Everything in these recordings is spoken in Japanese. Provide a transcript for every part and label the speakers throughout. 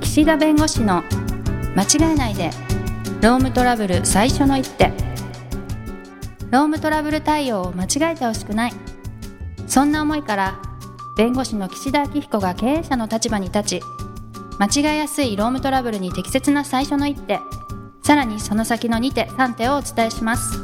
Speaker 1: 岸田弁護士の間違えないでロームトラブル最初の一手ロームトラブル対応を間違えてほしくないそんな思いから弁護士の岸田明彦が経営者の立場に立ち間違えやすいロームトラブルに適切な最初の一手さらにその先の2手3手をお伝えします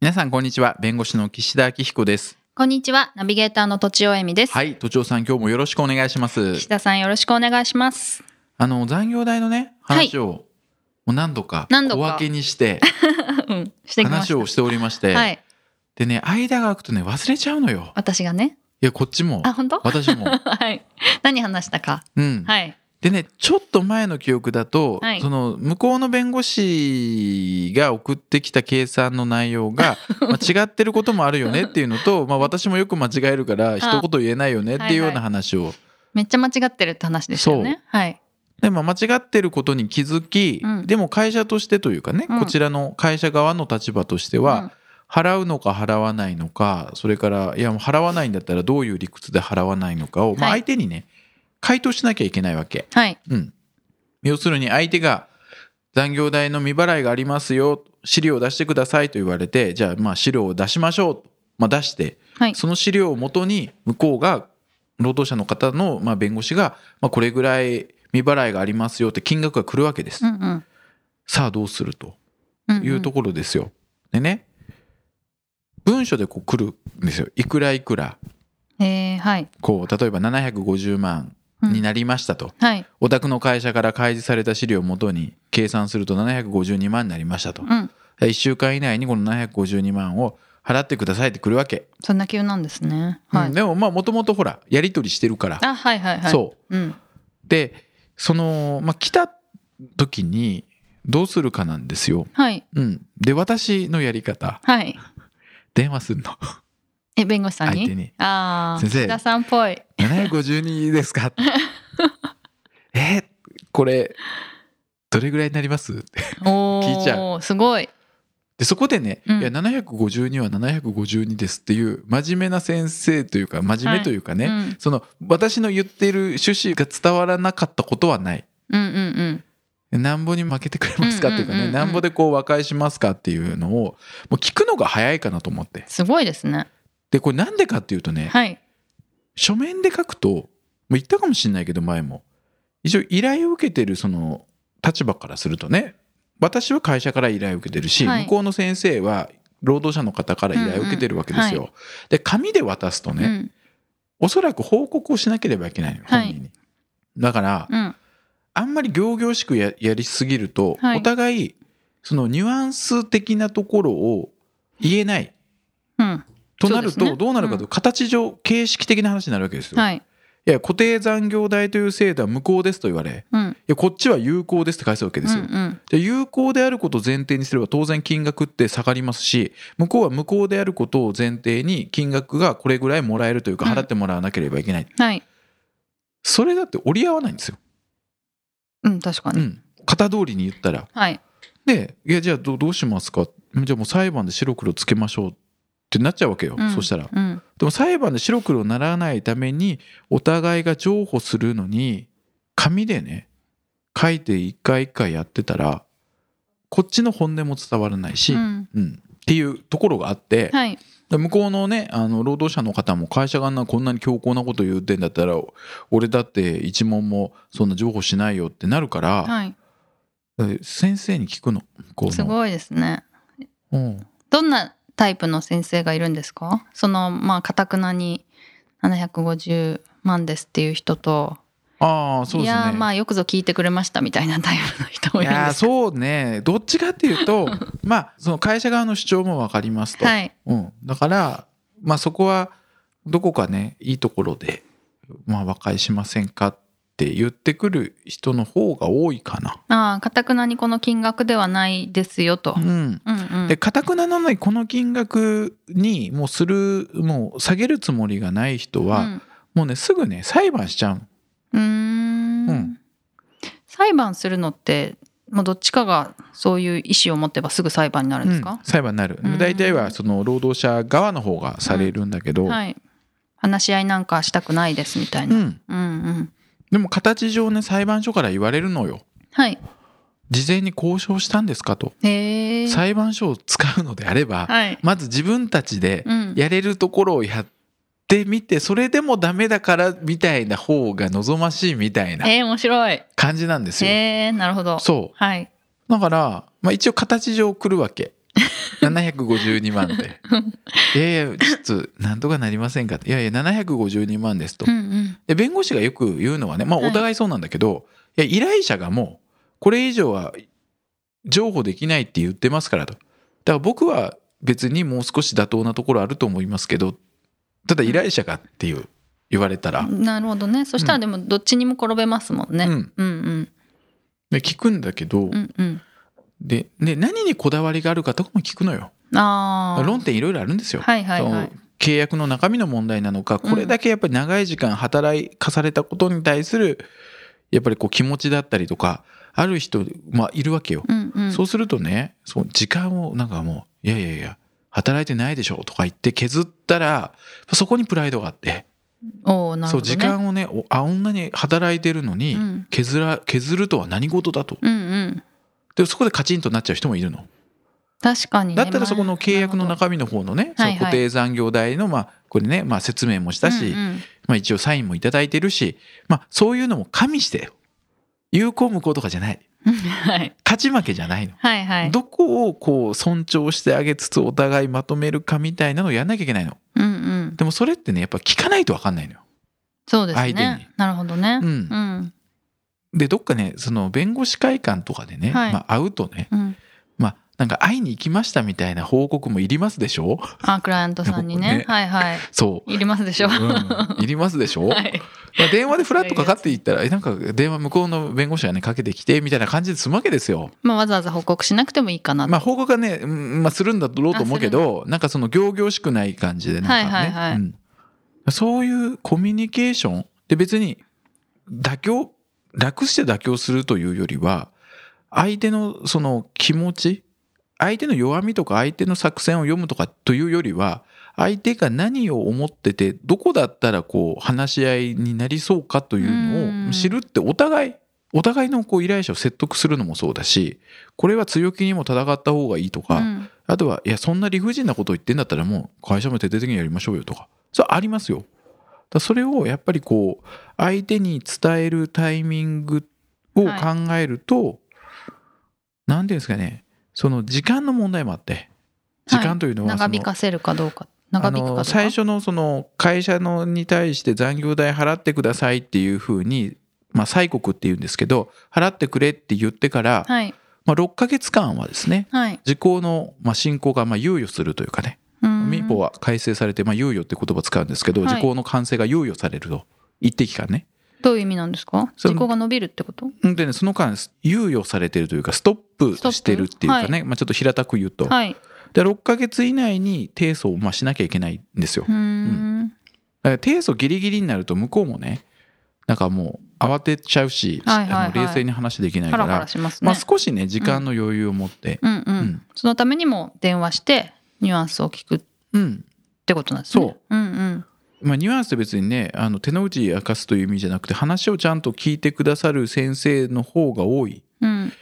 Speaker 2: 皆さんこんにちは弁護士の岸田明彦です
Speaker 1: こんにちはナビゲーターのとちおえみです、
Speaker 2: はい都庁さん今日もよろしくお願いします
Speaker 1: 岸田さんよろしくお願いします
Speaker 2: あの残業代のね話を、もう何度か
Speaker 1: 何度か
Speaker 2: 小分けにして
Speaker 1: うんしてきまし
Speaker 2: 話をしておりまして
Speaker 1: たはい
Speaker 2: でね間が空くとね忘れちゃうのよ
Speaker 1: 私がね
Speaker 2: いやこっちも
Speaker 1: あ本当
Speaker 2: 私 も
Speaker 1: はい何話したか
Speaker 2: うん、
Speaker 1: はい
Speaker 2: でねちょっと前の記憶だと、
Speaker 1: はい
Speaker 2: その向こうの弁護士が送ってきた計算の内容 が、まあ違ってることもあるよねっていうのと、まあ、私もよく間違えるから一言言えないよねっていうような話を、
Speaker 1: めっちゃ間違ってるって話でしたよねはい
Speaker 2: でまあ間違ってることに気づき、
Speaker 1: うん
Speaker 2: でも会社としてというかね、
Speaker 1: うん
Speaker 2: こちらの会社側の立場としては、払うのか払わないのかそれからいやもう払わないんだったらどういう理屈で払わないのかを、まあ、
Speaker 1: はい
Speaker 2: 相手にね回答しなきゃいけないわけ。
Speaker 1: うんはい
Speaker 2: うん、要するに相手が残業代の未払いがありますよ資料を出してくださいと言われてじゃあまあ資料を出しましょうと、まあ、出して、
Speaker 1: はい
Speaker 2: その資料をもとに向こうが労働者の方のまあ弁護士が、まあ、これぐらい未払いがありますよって金額が来るわけです、
Speaker 1: うんうん
Speaker 2: さあどうすると
Speaker 1: うんうん
Speaker 2: いうところですよ、でね文書でこう来るんですよいくらいくら
Speaker 1: えーはい
Speaker 2: こう例えば750万
Speaker 1: うん
Speaker 2: になりましたと、
Speaker 1: はい
Speaker 2: お宅の会社から開示された資料をもとに計算すると752万になりましたと。
Speaker 1: うん
Speaker 2: 1週間以内にこの752万を払ってくださいってくるわけ。
Speaker 1: そんな急なんですねは
Speaker 2: うん
Speaker 1: い
Speaker 2: でもまあもともとほらやり取りしてるから。
Speaker 1: あはいはいはい
Speaker 2: そう
Speaker 1: うん
Speaker 2: う。でその、まあ、来た時にどうするかなんですよ。
Speaker 1: はい
Speaker 2: うん、で私のやり方
Speaker 1: はい
Speaker 2: 電話するの
Speaker 1: え弁護士さん
Speaker 2: 相手
Speaker 1: に
Speaker 2: に
Speaker 1: ああ
Speaker 2: 先生
Speaker 1: 岸田さんっぽ い
Speaker 2: 「752ですか? 」 えこれどれぐらいになります?」って
Speaker 1: お
Speaker 2: 聞いちゃ
Speaker 1: おすごい
Speaker 2: でそこでね、
Speaker 1: うん
Speaker 2: いや752は752ですっていう真面目な先生というか真面目というかね、
Speaker 1: うん
Speaker 2: その私の言ってる趣旨が伝わらなかったことはない。
Speaker 1: うんうんうん
Speaker 2: なんぼに負けてくれますかっていうか
Speaker 1: うんうんうんう
Speaker 2: ね、
Speaker 1: ん
Speaker 2: なんぼでこう和解しますかっていうのを、もう聞くのが早いかなと思って。
Speaker 1: すごいですね
Speaker 2: で、これなんでかっていうとね、
Speaker 1: はい
Speaker 2: 書面で書くと、もう言ったかもしれないけど前も、一応依頼を受けてるその立場からするとね、私は会社から依頼を受けてるし、
Speaker 1: はい
Speaker 2: 向こうの先生は労働者の方から依頼を受けてるわけですよ。
Speaker 1: うん
Speaker 2: で、紙で渡すとね、
Speaker 1: うん
Speaker 2: おそらく報告をしなければいけないのよ、
Speaker 1: はい
Speaker 2: 本人に。だから、
Speaker 1: うん
Speaker 2: あんまり仰々しくややりすぎると、
Speaker 1: はい
Speaker 2: お互いそのニュアンス的なところを言えない
Speaker 1: うん
Speaker 2: となる
Speaker 1: そうです
Speaker 2: と
Speaker 1: ね
Speaker 2: どうなるかというと形上形式的な話になるわけですよ。
Speaker 1: はい
Speaker 2: いや固定残業代という制度は無効ですと言われい
Speaker 1: うん
Speaker 2: やこっちは有効ですって返すわけで
Speaker 1: う
Speaker 2: す
Speaker 1: ん
Speaker 2: よ。
Speaker 1: うん
Speaker 2: で有効であることを前提にすれば当然金額って下がりますし向こうは無効であることを前提に金額がこれぐらいもらえるというか
Speaker 1: うん
Speaker 2: 払ってもらわなければいけない、
Speaker 1: はい
Speaker 2: それだって折り合わないんですよ。
Speaker 1: うん確か
Speaker 2: う
Speaker 1: に
Speaker 2: ん、型通りに言ったら
Speaker 1: はい
Speaker 2: で、いや、じゃあどうどうしますかじゃあもう裁判で白黒つけましょうってなっちゃうわけよ、
Speaker 1: うん
Speaker 2: そしたら。
Speaker 1: うん
Speaker 2: でも裁判で白黒ならないために、お互いが譲歩するのに、紙でね、書いて一回一回やってたら、こっちの本音も伝わらないし、
Speaker 1: う
Speaker 2: うん
Speaker 1: ん
Speaker 2: っていうところがあって、
Speaker 1: はい
Speaker 2: で向こうのねあの労働者の方も会社があんなこんなに強硬なこと言ってんだったら俺だって一問もそんな譲歩しないよってなるから、
Speaker 1: はい
Speaker 2: で先生に聞くのこう
Speaker 1: すごいですね
Speaker 2: うん、
Speaker 1: どんなタイプの先生がいるんですかそのまあかたくなに750万ですっていう人と、
Speaker 2: ああそう
Speaker 1: い
Speaker 2: ですね
Speaker 1: やーまあよくぞ聞いてくれましたみたいなタイプの人も
Speaker 2: い
Speaker 1: いるん
Speaker 2: やー
Speaker 1: ですか
Speaker 2: そうねどっちかってい うとまあその会社側の主張も分かりますと、
Speaker 1: はい
Speaker 2: うん、だからまあそこはどこかねいいところで、まあ、和解しませんかって言ってくる人の方が多いかな。
Speaker 1: ああかたくなにこの金額ではないですよと、
Speaker 2: うん
Speaker 1: うんうん
Speaker 2: でかたくななのにこの金額にもうするもう下げるつもりがない人は、もうねすぐね裁判しちゃう
Speaker 1: うんうーん
Speaker 2: うん
Speaker 1: 裁判するのって、まあ、どっちかがそういう意思を持ってばすぐ裁判になるんです
Speaker 2: うん
Speaker 1: か、
Speaker 2: 裁判になる
Speaker 1: うん
Speaker 2: 大体はその労働者側の方がされるんだけど、
Speaker 1: はい話し合いなんかしたくないですみたいうな。う
Speaker 2: ん、
Speaker 1: んうん。
Speaker 2: でも形上ね裁判所から言われるのよ
Speaker 1: はい。
Speaker 2: 事前に交渉したんですかと
Speaker 1: へえ。
Speaker 2: 裁判所を使うのであれば、
Speaker 1: はい。
Speaker 2: まず自分たちで
Speaker 1: うん。
Speaker 2: やれるところをやってみてそれでもダメだからみたいな方が望ましいみたいな
Speaker 1: えー、面白い。
Speaker 2: 感じなんです
Speaker 1: え
Speaker 2: よ。
Speaker 1: ー、なるほど。
Speaker 2: そ
Speaker 1: はい。
Speaker 2: うだから、まあ、一応形上来るわけ752 万で「いやいやちょっとなんとかなりませんか」って「いやいや752万です」と
Speaker 1: う。んうん。
Speaker 2: で弁護士がよく言うのはねまあ
Speaker 1: はい
Speaker 2: お互いそうなんだけど、い、や依頼者がもうこれ以上は譲歩できないって言ってますからとだから僕は別にもう少し妥当なところあると思いますけどただ依頼者がっていう言われたら、
Speaker 1: なるほどね。そしたらでもどっちにも転べますもんね。
Speaker 2: う
Speaker 1: うん
Speaker 2: ん
Speaker 1: うん
Speaker 2: で聞くんだけど、
Speaker 1: うんうん
Speaker 2: でで何にこだわりがあるかとかも聞くのよ
Speaker 1: うん。ああ。
Speaker 2: 論点いろいろあるんですよ、
Speaker 1: はいはいは
Speaker 2: そ
Speaker 1: い。
Speaker 2: の契約の中身の問題なのかこれだけやっぱり長い時間働かされたことに対するやっぱりこう気持ちだったりとかある人、まあ、いるわけよ、
Speaker 1: うんうん。
Speaker 2: そうするとねそう時間をなんかもう「いやいやいや働いてないでしょ」とか言って削ったらそこにプライドがあって、
Speaker 1: おーなるほ
Speaker 2: そう
Speaker 1: どね。
Speaker 2: 時間をねおあ女に働いてるのに
Speaker 1: うん
Speaker 2: 削ら削るとは何事だと
Speaker 1: うんうん。
Speaker 2: でそこでカチンとなっちゃう人もいるの。
Speaker 1: 確かにね。
Speaker 2: だったらそこの契約の
Speaker 1: なる
Speaker 2: 中身の方のね、そ
Speaker 1: はい
Speaker 2: の
Speaker 1: はい
Speaker 2: 固定残業代の、まあ、これね、まあ、説明もし
Speaker 1: ほど
Speaker 2: たし、
Speaker 1: うんうん
Speaker 2: まあ、一応サインもいただいてるし、まあ、そういうのも加味してよ有効無効とかじゃない
Speaker 1: はい
Speaker 2: 勝ち負けじゃないの、
Speaker 1: はいはい。
Speaker 2: どこをこう尊重してあげつつお互いまとめるかみたいなのをやんなきゃいけないの
Speaker 1: うんうん。
Speaker 2: でもそれってねやっぱ聞かないと分かんないのよ
Speaker 1: そうです
Speaker 2: 相手に
Speaker 1: ね。なるほどね。
Speaker 2: うん
Speaker 1: うん
Speaker 2: でどっかねその弁護士会館とかでね、
Speaker 1: はい
Speaker 2: まあ、会うとね
Speaker 1: うん。
Speaker 2: まあなんか会いに行きましたみたいな報告もいりますでしょ
Speaker 1: あ、クライアントさんにね
Speaker 2: ね。
Speaker 1: はいはい。
Speaker 2: そう
Speaker 1: いりますでしょ。
Speaker 2: うんいりますでしょ、
Speaker 1: はい。
Speaker 2: まあ、電話でフラッとかかっていったら、えなんか電話向こうの弁護士がね、かけてきて、みたいな感じで済むわけですよ。
Speaker 1: まあわざわざ報告しなくてもいいかなと。
Speaker 2: まあ、報告はね、うんまあ、するんだろうと思うけど、なんかその行々しくない感じで、なんか
Speaker 1: は
Speaker 2: ね、
Speaker 1: いはいはい
Speaker 2: うんそういうコミュニケーションで別に妥協、楽して妥協するというよりは、相手のその気持ち、相手の弱みとか相手の作戦を読むとかというよりは、相手が何を思ってて、どこだったらこう話し合いになりそうかというのを知るってお互い、お互いのこう依頼者を説得するのもそうだし、これは強気にも戦った方がいいとか、
Speaker 1: うん
Speaker 2: あとは、いや、そんな理不尽なこと言ってんだったらもう会社も徹底的にやりましょうよとか、それはありますよ。だからそれをやっぱりこう、相手に伝えるタイミングを考えると、なんていうんですかね、その時間の問題もあって、時間というのはそ
Speaker 1: 長
Speaker 2: の、
Speaker 1: 引かせるかどうか。長
Speaker 2: あ
Speaker 1: 引くかどう
Speaker 2: の
Speaker 1: か。
Speaker 2: 最初のその会社のに対して残業代払ってくださいっていうふうに、まあ、催告っていうんですけど、払ってくれって言ってから、
Speaker 1: はい
Speaker 2: まあ、6ヶ月間はですね、
Speaker 1: はい。
Speaker 2: 時効の、まあ、進行がまあ猶予するというかね、
Speaker 1: うん
Speaker 2: 民法は改正されて、まあ、猶予って言葉使うんですけど、
Speaker 1: はい
Speaker 2: 時効の完成が猶予されると一定期間ね。
Speaker 1: どういう意味なんですか？
Speaker 2: その
Speaker 1: 時効が伸びるってこと？
Speaker 2: んでねその間猶予されてるというかストップ
Speaker 1: ストップ
Speaker 2: してるっていうかねまあ、ちょっと平たく言うと、
Speaker 1: はい。
Speaker 2: で6ヶ月以内に提訴をまあしなきゃいけないんですよ。
Speaker 1: う
Speaker 2: だ
Speaker 1: ん。
Speaker 2: から提訴ギリギリになると向こうもねなんかもう慌てちゃうし、
Speaker 1: はいはいはい
Speaker 2: あの冷静に話できない
Speaker 1: ハ
Speaker 2: から
Speaker 1: ラハラします
Speaker 2: まあ、
Speaker 1: ね。
Speaker 2: 少しね時間の余裕を持って、
Speaker 1: うんう。
Speaker 2: うんん
Speaker 1: そのためにも電話してニュアンスを聞くっ
Speaker 2: うん
Speaker 1: てことなんですね。。
Speaker 2: そう
Speaker 1: うんうん。
Speaker 2: まあ、ニュアンスって別にねあの手の内明かすという意味じゃなくて話をちゃんと聞いてくださる先生の方が多い
Speaker 1: うん。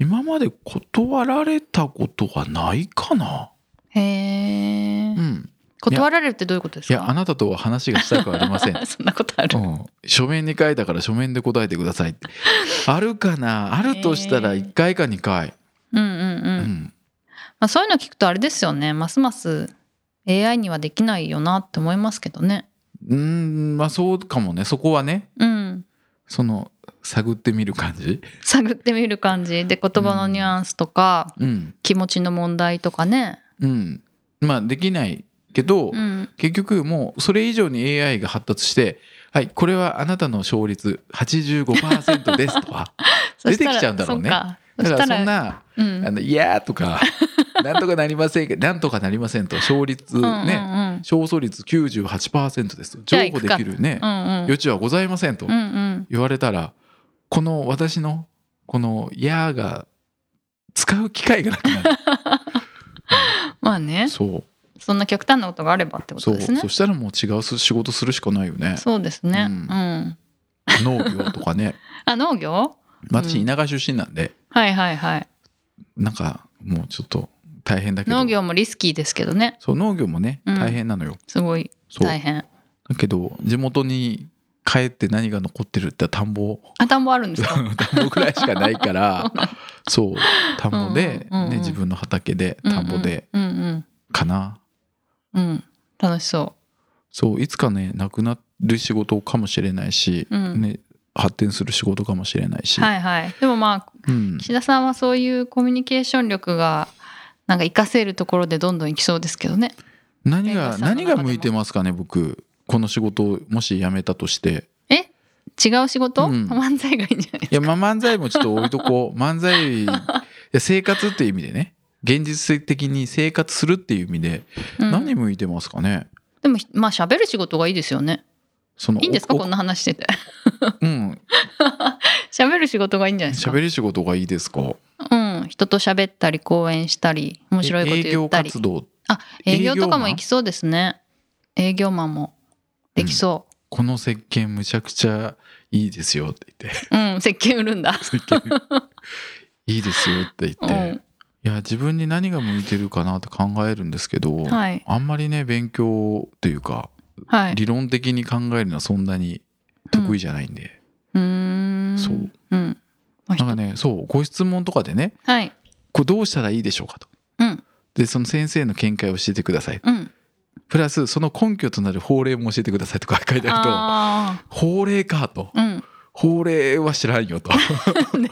Speaker 2: 今まで断られたことはないかな
Speaker 1: へ
Speaker 2: う
Speaker 1: え。
Speaker 2: ん
Speaker 1: 断られるってどういうことで
Speaker 2: い
Speaker 1: す
Speaker 2: やあ
Speaker 1: か？、
Speaker 2: なたとは話がしたくありません
Speaker 1: そんなことあ
Speaker 2: う
Speaker 1: る。
Speaker 2: ん、書面に書いたから書面で答えてくださいってあるかなあるとしたら
Speaker 1: へえ
Speaker 2: 1回か2回、
Speaker 1: うんうんう。
Speaker 2: うんん、
Speaker 1: まあそういうの聞くとあれですよね。ますます AI にはできないよなって思いますけどね。
Speaker 2: うんまあそうかもねそこはね
Speaker 1: うん。
Speaker 2: その探ってみる感じ
Speaker 1: 探ってみる感じで言葉のニュアンスとか
Speaker 2: うん
Speaker 1: 気持ちの問題とかね。
Speaker 2: うんまあできないけ
Speaker 1: う
Speaker 2: ど、
Speaker 1: ん。
Speaker 2: 結局もうそれ以上に AI が発達して「はいこれはあなたの勝率85%です」とか
Speaker 1: そしたら
Speaker 2: 出てきちゃうんだろうね
Speaker 1: そか
Speaker 2: だから
Speaker 1: そした
Speaker 2: そん
Speaker 1: ら、
Speaker 2: な
Speaker 1: う
Speaker 2: 「
Speaker 1: ん
Speaker 2: あのいや」とか「なんとかなりませんけどなん とかなりません」と勝率
Speaker 1: うんうん
Speaker 2: ね勝訴率98%ですと
Speaker 1: じゃあ
Speaker 2: 譲歩できるね
Speaker 1: うんうん。
Speaker 2: 余地はございませんと
Speaker 1: うんうん。
Speaker 2: 言われたらこの私のこの「いや」 が使う機会がなくなる
Speaker 1: まあね。
Speaker 2: そう
Speaker 1: そんな極端なことがあればってこと
Speaker 2: そう
Speaker 1: ですね
Speaker 2: そ。したらもう違う仕事するしかないよね
Speaker 1: そうですね。
Speaker 2: う
Speaker 1: うんん。
Speaker 2: 農業とかね
Speaker 1: あ、農業
Speaker 2: まあ私田舎出身なんで、
Speaker 1: はいはいはい。
Speaker 2: なんかもうちょっと大変だけど
Speaker 1: 農業もリスキーですけどね。
Speaker 2: そう農業もね
Speaker 1: うん
Speaker 2: 大変なのよ、
Speaker 1: すごい
Speaker 2: そう
Speaker 1: 大変。
Speaker 2: だけど地元に帰って何が残ってるって言ったら田んぼ
Speaker 1: あ、田んぼあるんです
Speaker 2: 田
Speaker 1: か
Speaker 2: んぼくらいしかない からそう田んぼで、
Speaker 1: うんうんうんうん
Speaker 2: ね、自分の畑で田んぼで。
Speaker 1: うんうん
Speaker 2: かな、
Speaker 1: うんうん。うん。楽しそ
Speaker 2: そういつかねなくなる仕事かもしれないし、
Speaker 1: う。うん。
Speaker 2: ね、発展する仕事かもしれないし、
Speaker 1: はいはい。でもまあ、
Speaker 2: うん、
Speaker 1: 岸田さんはそういうコミュニケーション力が、なんか活かせるところでどんどんいきそうですけどね。
Speaker 2: 何
Speaker 1: 弁護
Speaker 2: が
Speaker 1: 士さんの中
Speaker 2: 何
Speaker 1: でも
Speaker 2: が向いてますかね僕この仕事をもし辞めたとして
Speaker 1: え違う仕事、
Speaker 2: うん
Speaker 1: 漫才がいいんじゃないです
Speaker 2: いやまあ漫才もちょっと置いと こう漫才いや生活っていう意味でね現実的に生活するっていう意味で
Speaker 1: か、うん
Speaker 2: 何向いてますかね、
Speaker 1: でも、まあ喋る仕事がいいですよね。
Speaker 2: その
Speaker 1: いいんですか
Speaker 2: お
Speaker 1: こんな話してて。
Speaker 2: うん
Speaker 1: 喋る仕事がいいんじゃないですか
Speaker 2: 喋り仕事がいいですか
Speaker 1: うん、人と喋ったり講演したり面白いこと
Speaker 2: 営
Speaker 1: 言
Speaker 2: 業
Speaker 1: ったり
Speaker 2: 活動
Speaker 1: あ
Speaker 2: 営
Speaker 1: 営
Speaker 2: 業マン
Speaker 1: 業とかも行きそうですね営業マンもできそ
Speaker 2: この石鹸むちゃくちゃいいですよって言って
Speaker 1: ううん、石鹸売るんだ、
Speaker 2: 石鹸 いいですよって言って、
Speaker 1: う
Speaker 2: い
Speaker 1: ん、
Speaker 2: や自分に何が向いてるかなって考えるんですけど、
Speaker 1: はい
Speaker 2: あんまりね勉強というか
Speaker 1: はい
Speaker 2: 理論的に考えるのはそんなに得意じゃないんで、
Speaker 1: うーん
Speaker 2: そう、
Speaker 1: うんまあ
Speaker 2: なんかねそうご質問とかでね
Speaker 1: はい
Speaker 2: これどうしたらいいでしょうかと
Speaker 1: うん
Speaker 2: でその先生の見解を教えてください
Speaker 1: うん
Speaker 2: プラスその根拠となる法令も教えてくださいとか書いてあ
Speaker 1: あ
Speaker 2: ると法令かと
Speaker 1: ー
Speaker 2: 法令は知らん よと
Speaker 1: うんね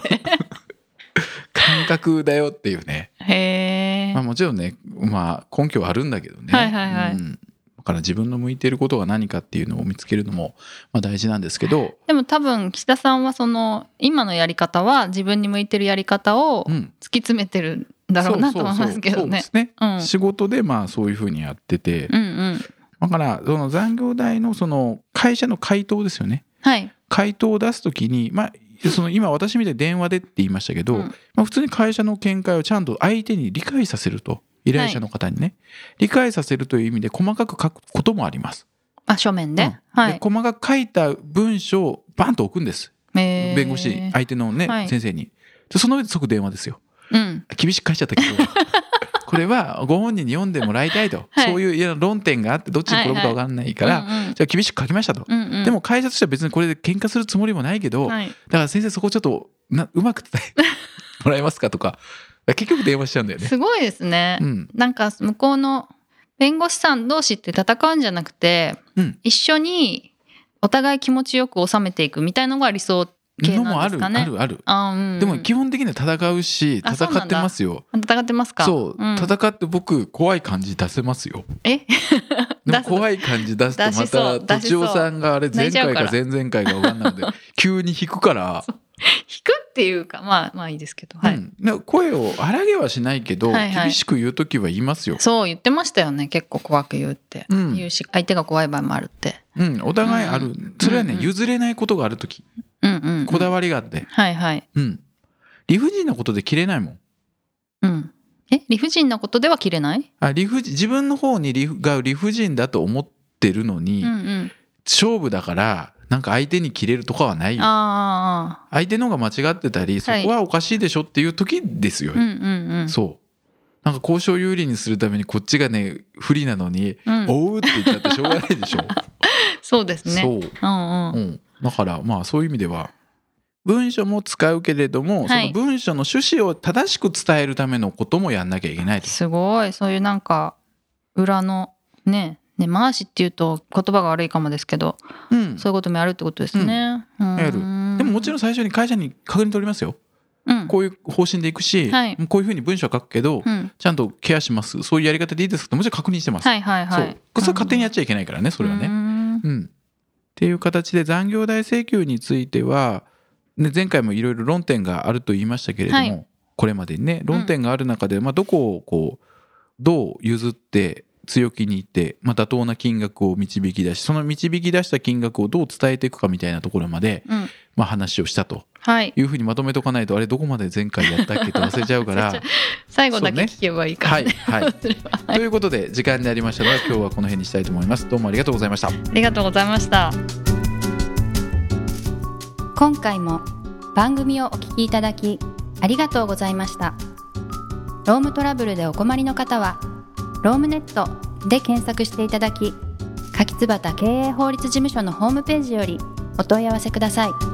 Speaker 2: 感覚だよっていうね
Speaker 1: へえ
Speaker 2: まあもちろんね、まあ根拠はあるんだけどね。
Speaker 1: はいはいはい
Speaker 2: うんだから自分の向いていることが何かっていうのを見つけるのもまあ大事なんですけど、
Speaker 1: でも多分岸田さんはその今のやり方は自分に向いてるやり方を
Speaker 2: うん、
Speaker 1: 突き詰めてるんだろうなと思いますけどね
Speaker 2: そうそうそうそうですね、
Speaker 1: うん
Speaker 2: 仕事でまあそういうふうにやってて、
Speaker 1: うんうん
Speaker 2: だからその残業代のその会社の回答ですよね。
Speaker 1: はい
Speaker 2: 回答を出すときに、まあその今私みたいに電話でって言いましたけど、
Speaker 1: うん
Speaker 2: まあ、普通に会社の見解をちゃんと相手に理解させると依頼者の方にね、理解させるという意味で細かく書くこともあります。
Speaker 1: あ書面で、
Speaker 2: うん
Speaker 1: はい
Speaker 2: で細かく書いた文章をバンと置くんです
Speaker 1: えー
Speaker 2: 弁護士に相手のね、
Speaker 1: はい
Speaker 2: 先生にでその上で即電話ですよ
Speaker 1: うん。
Speaker 2: 厳しく返しちゃった けどこれはご本人に読んでもらいたいと、
Speaker 1: はい
Speaker 2: そういういや論点があってどっちに転ぶか分かんないから、
Speaker 1: うん
Speaker 2: じゃあ厳しく書きましたと、
Speaker 1: うん、うんうん
Speaker 2: で、も会社としては別にこれで喧嘩するつもりもないけど、
Speaker 1: はい、
Speaker 2: だから先生そこちょっとなうまく伝えてもらえますか とか結局電話しちゃうんだよね。
Speaker 1: すごいですね、
Speaker 2: うん、
Speaker 1: なんか向こうの弁護士さん同士って戦うんじゃなくて、
Speaker 2: うん
Speaker 1: 一緒にお互い気持ちよく収めていくみたいのが理想系
Speaker 2: のも
Speaker 1: な
Speaker 2: あ
Speaker 1: んです
Speaker 2: るあ
Speaker 1: かね。
Speaker 2: るある。
Speaker 1: あーうん、
Speaker 2: でも基本的には戦うし
Speaker 1: あ
Speaker 2: 戦
Speaker 1: そうなんだ
Speaker 2: ってますよ。
Speaker 1: 戦ってますか。
Speaker 2: そう、
Speaker 1: ん、
Speaker 2: 戦って僕怖い感じ出せますよ
Speaker 1: え
Speaker 2: でも
Speaker 1: 出す
Speaker 2: 怖い感じ出すと
Speaker 1: 出
Speaker 2: ま
Speaker 1: しそう
Speaker 2: たと
Speaker 1: 出し
Speaker 2: ち
Speaker 1: そう
Speaker 2: おさんがあれ前回か
Speaker 1: 泣
Speaker 2: 前々回か分かんないので 急に引くから、
Speaker 1: 引くっていうかまあまあいいですけど、はい
Speaker 2: うんなんか声を荒げはしないけど、
Speaker 1: はいはい
Speaker 2: 厳しく言う時は言いますよ、
Speaker 1: そう言ってましたよね結構怖く言うって、
Speaker 2: うん
Speaker 1: 言うし相手が怖い場合もあるって。
Speaker 2: うん、お互いある、それはね
Speaker 1: うんうん
Speaker 2: 譲れないことがある時
Speaker 1: うんうん、うん。
Speaker 2: こだわりがあって、
Speaker 1: はいはい。
Speaker 2: うん、理不尽なことで切れないもん
Speaker 1: うん。え理不尽なことでは切れない？
Speaker 2: あ理不尽自分の方に理不が理不尽だと思ってるのに、
Speaker 1: うんうん。
Speaker 2: 勝負だからなんか相手に切れるとかはないよ
Speaker 1: ああ。
Speaker 2: 相手の方が間違ってたりそ
Speaker 1: はい
Speaker 2: こはおかしいでしょっていう時ですよ、
Speaker 1: うんうんうん。
Speaker 2: そうなんか交渉有利にするためにこっちがね不利なのに
Speaker 1: う
Speaker 2: 「
Speaker 1: ん、
Speaker 2: おう」って言っちゃってしょうがな いでしょ、
Speaker 1: そうですね。
Speaker 2: そう、
Speaker 1: うんう。
Speaker 2: うんん、だからまあそういう意味では文書も使うけれども、
Speaker 1: はい
Speaker 2: その文書の趣旨を正しく伝えるためのこともやんなきゃいけないと
Speaker 1: すごい、そういうなんか、裏の、ね、根回しっていうと言葉が悪いかもですけど、
Speaker 2: うん
Speaker 1: そういうこともやるってことですね。うん。
Speaker 2: やるでももちろ
Speaker 1: ん、
Speaker 2: ん最初に会社に確認取りますよ
Speaker 1: うん、
Speaker 2: こういう方針でいくし、
Speaker 1: はい
Speaker 2: こういうふうに文書は書くけど、
Speaker 1: うん。
Speaker 2: ちゃんとケアしますそういうやり方でいいですかってもちろん確認してます、
Speaker 1: はいはいはい。
Speaker 2: そうそれ勝手にやっちゃいけないからねそれは
Speaker 1: ね。
Speaker 2: ね、うん、っていう形で残業代請求については、ね、前回もいろいろ論点があると言いましたけれども、
Speaker 1: はい
Speaker 2: これまでにね論点がある中で、まあ、どこをこうどう譲って強気に言って、まあ、妥当な金額を導き出しその導き出した金額をどう伝えていくかみたいなところまで、
Speaker 1: うん。
Speaker 2: まあ、話をしたと
Speaker 1: はい。
Speaker 2: いうふうにまとめとかないとあれどこまで前回やったっけって忘れちゃう か
Speaker 1: 忘れ
Speaker 2: ら
Speaker 1: ちゃ最後だけ聞けばいいから
Speaker 2: はい
Speaker 1: ね。
Speaker 2: はい。
Speaker 1: それは
Speaker 2: ということで時間になりましたので今日はこの辺にしたいと思います。どうもありがとうございました。
Speaker 1: ありがとうございました。今回も番組をお聞きいただきありがとうございました。ロームトラブルでお困りの方は、ロームネットで検索していただき、柿椿経営法律事務所のホームページよりお問い合わせください。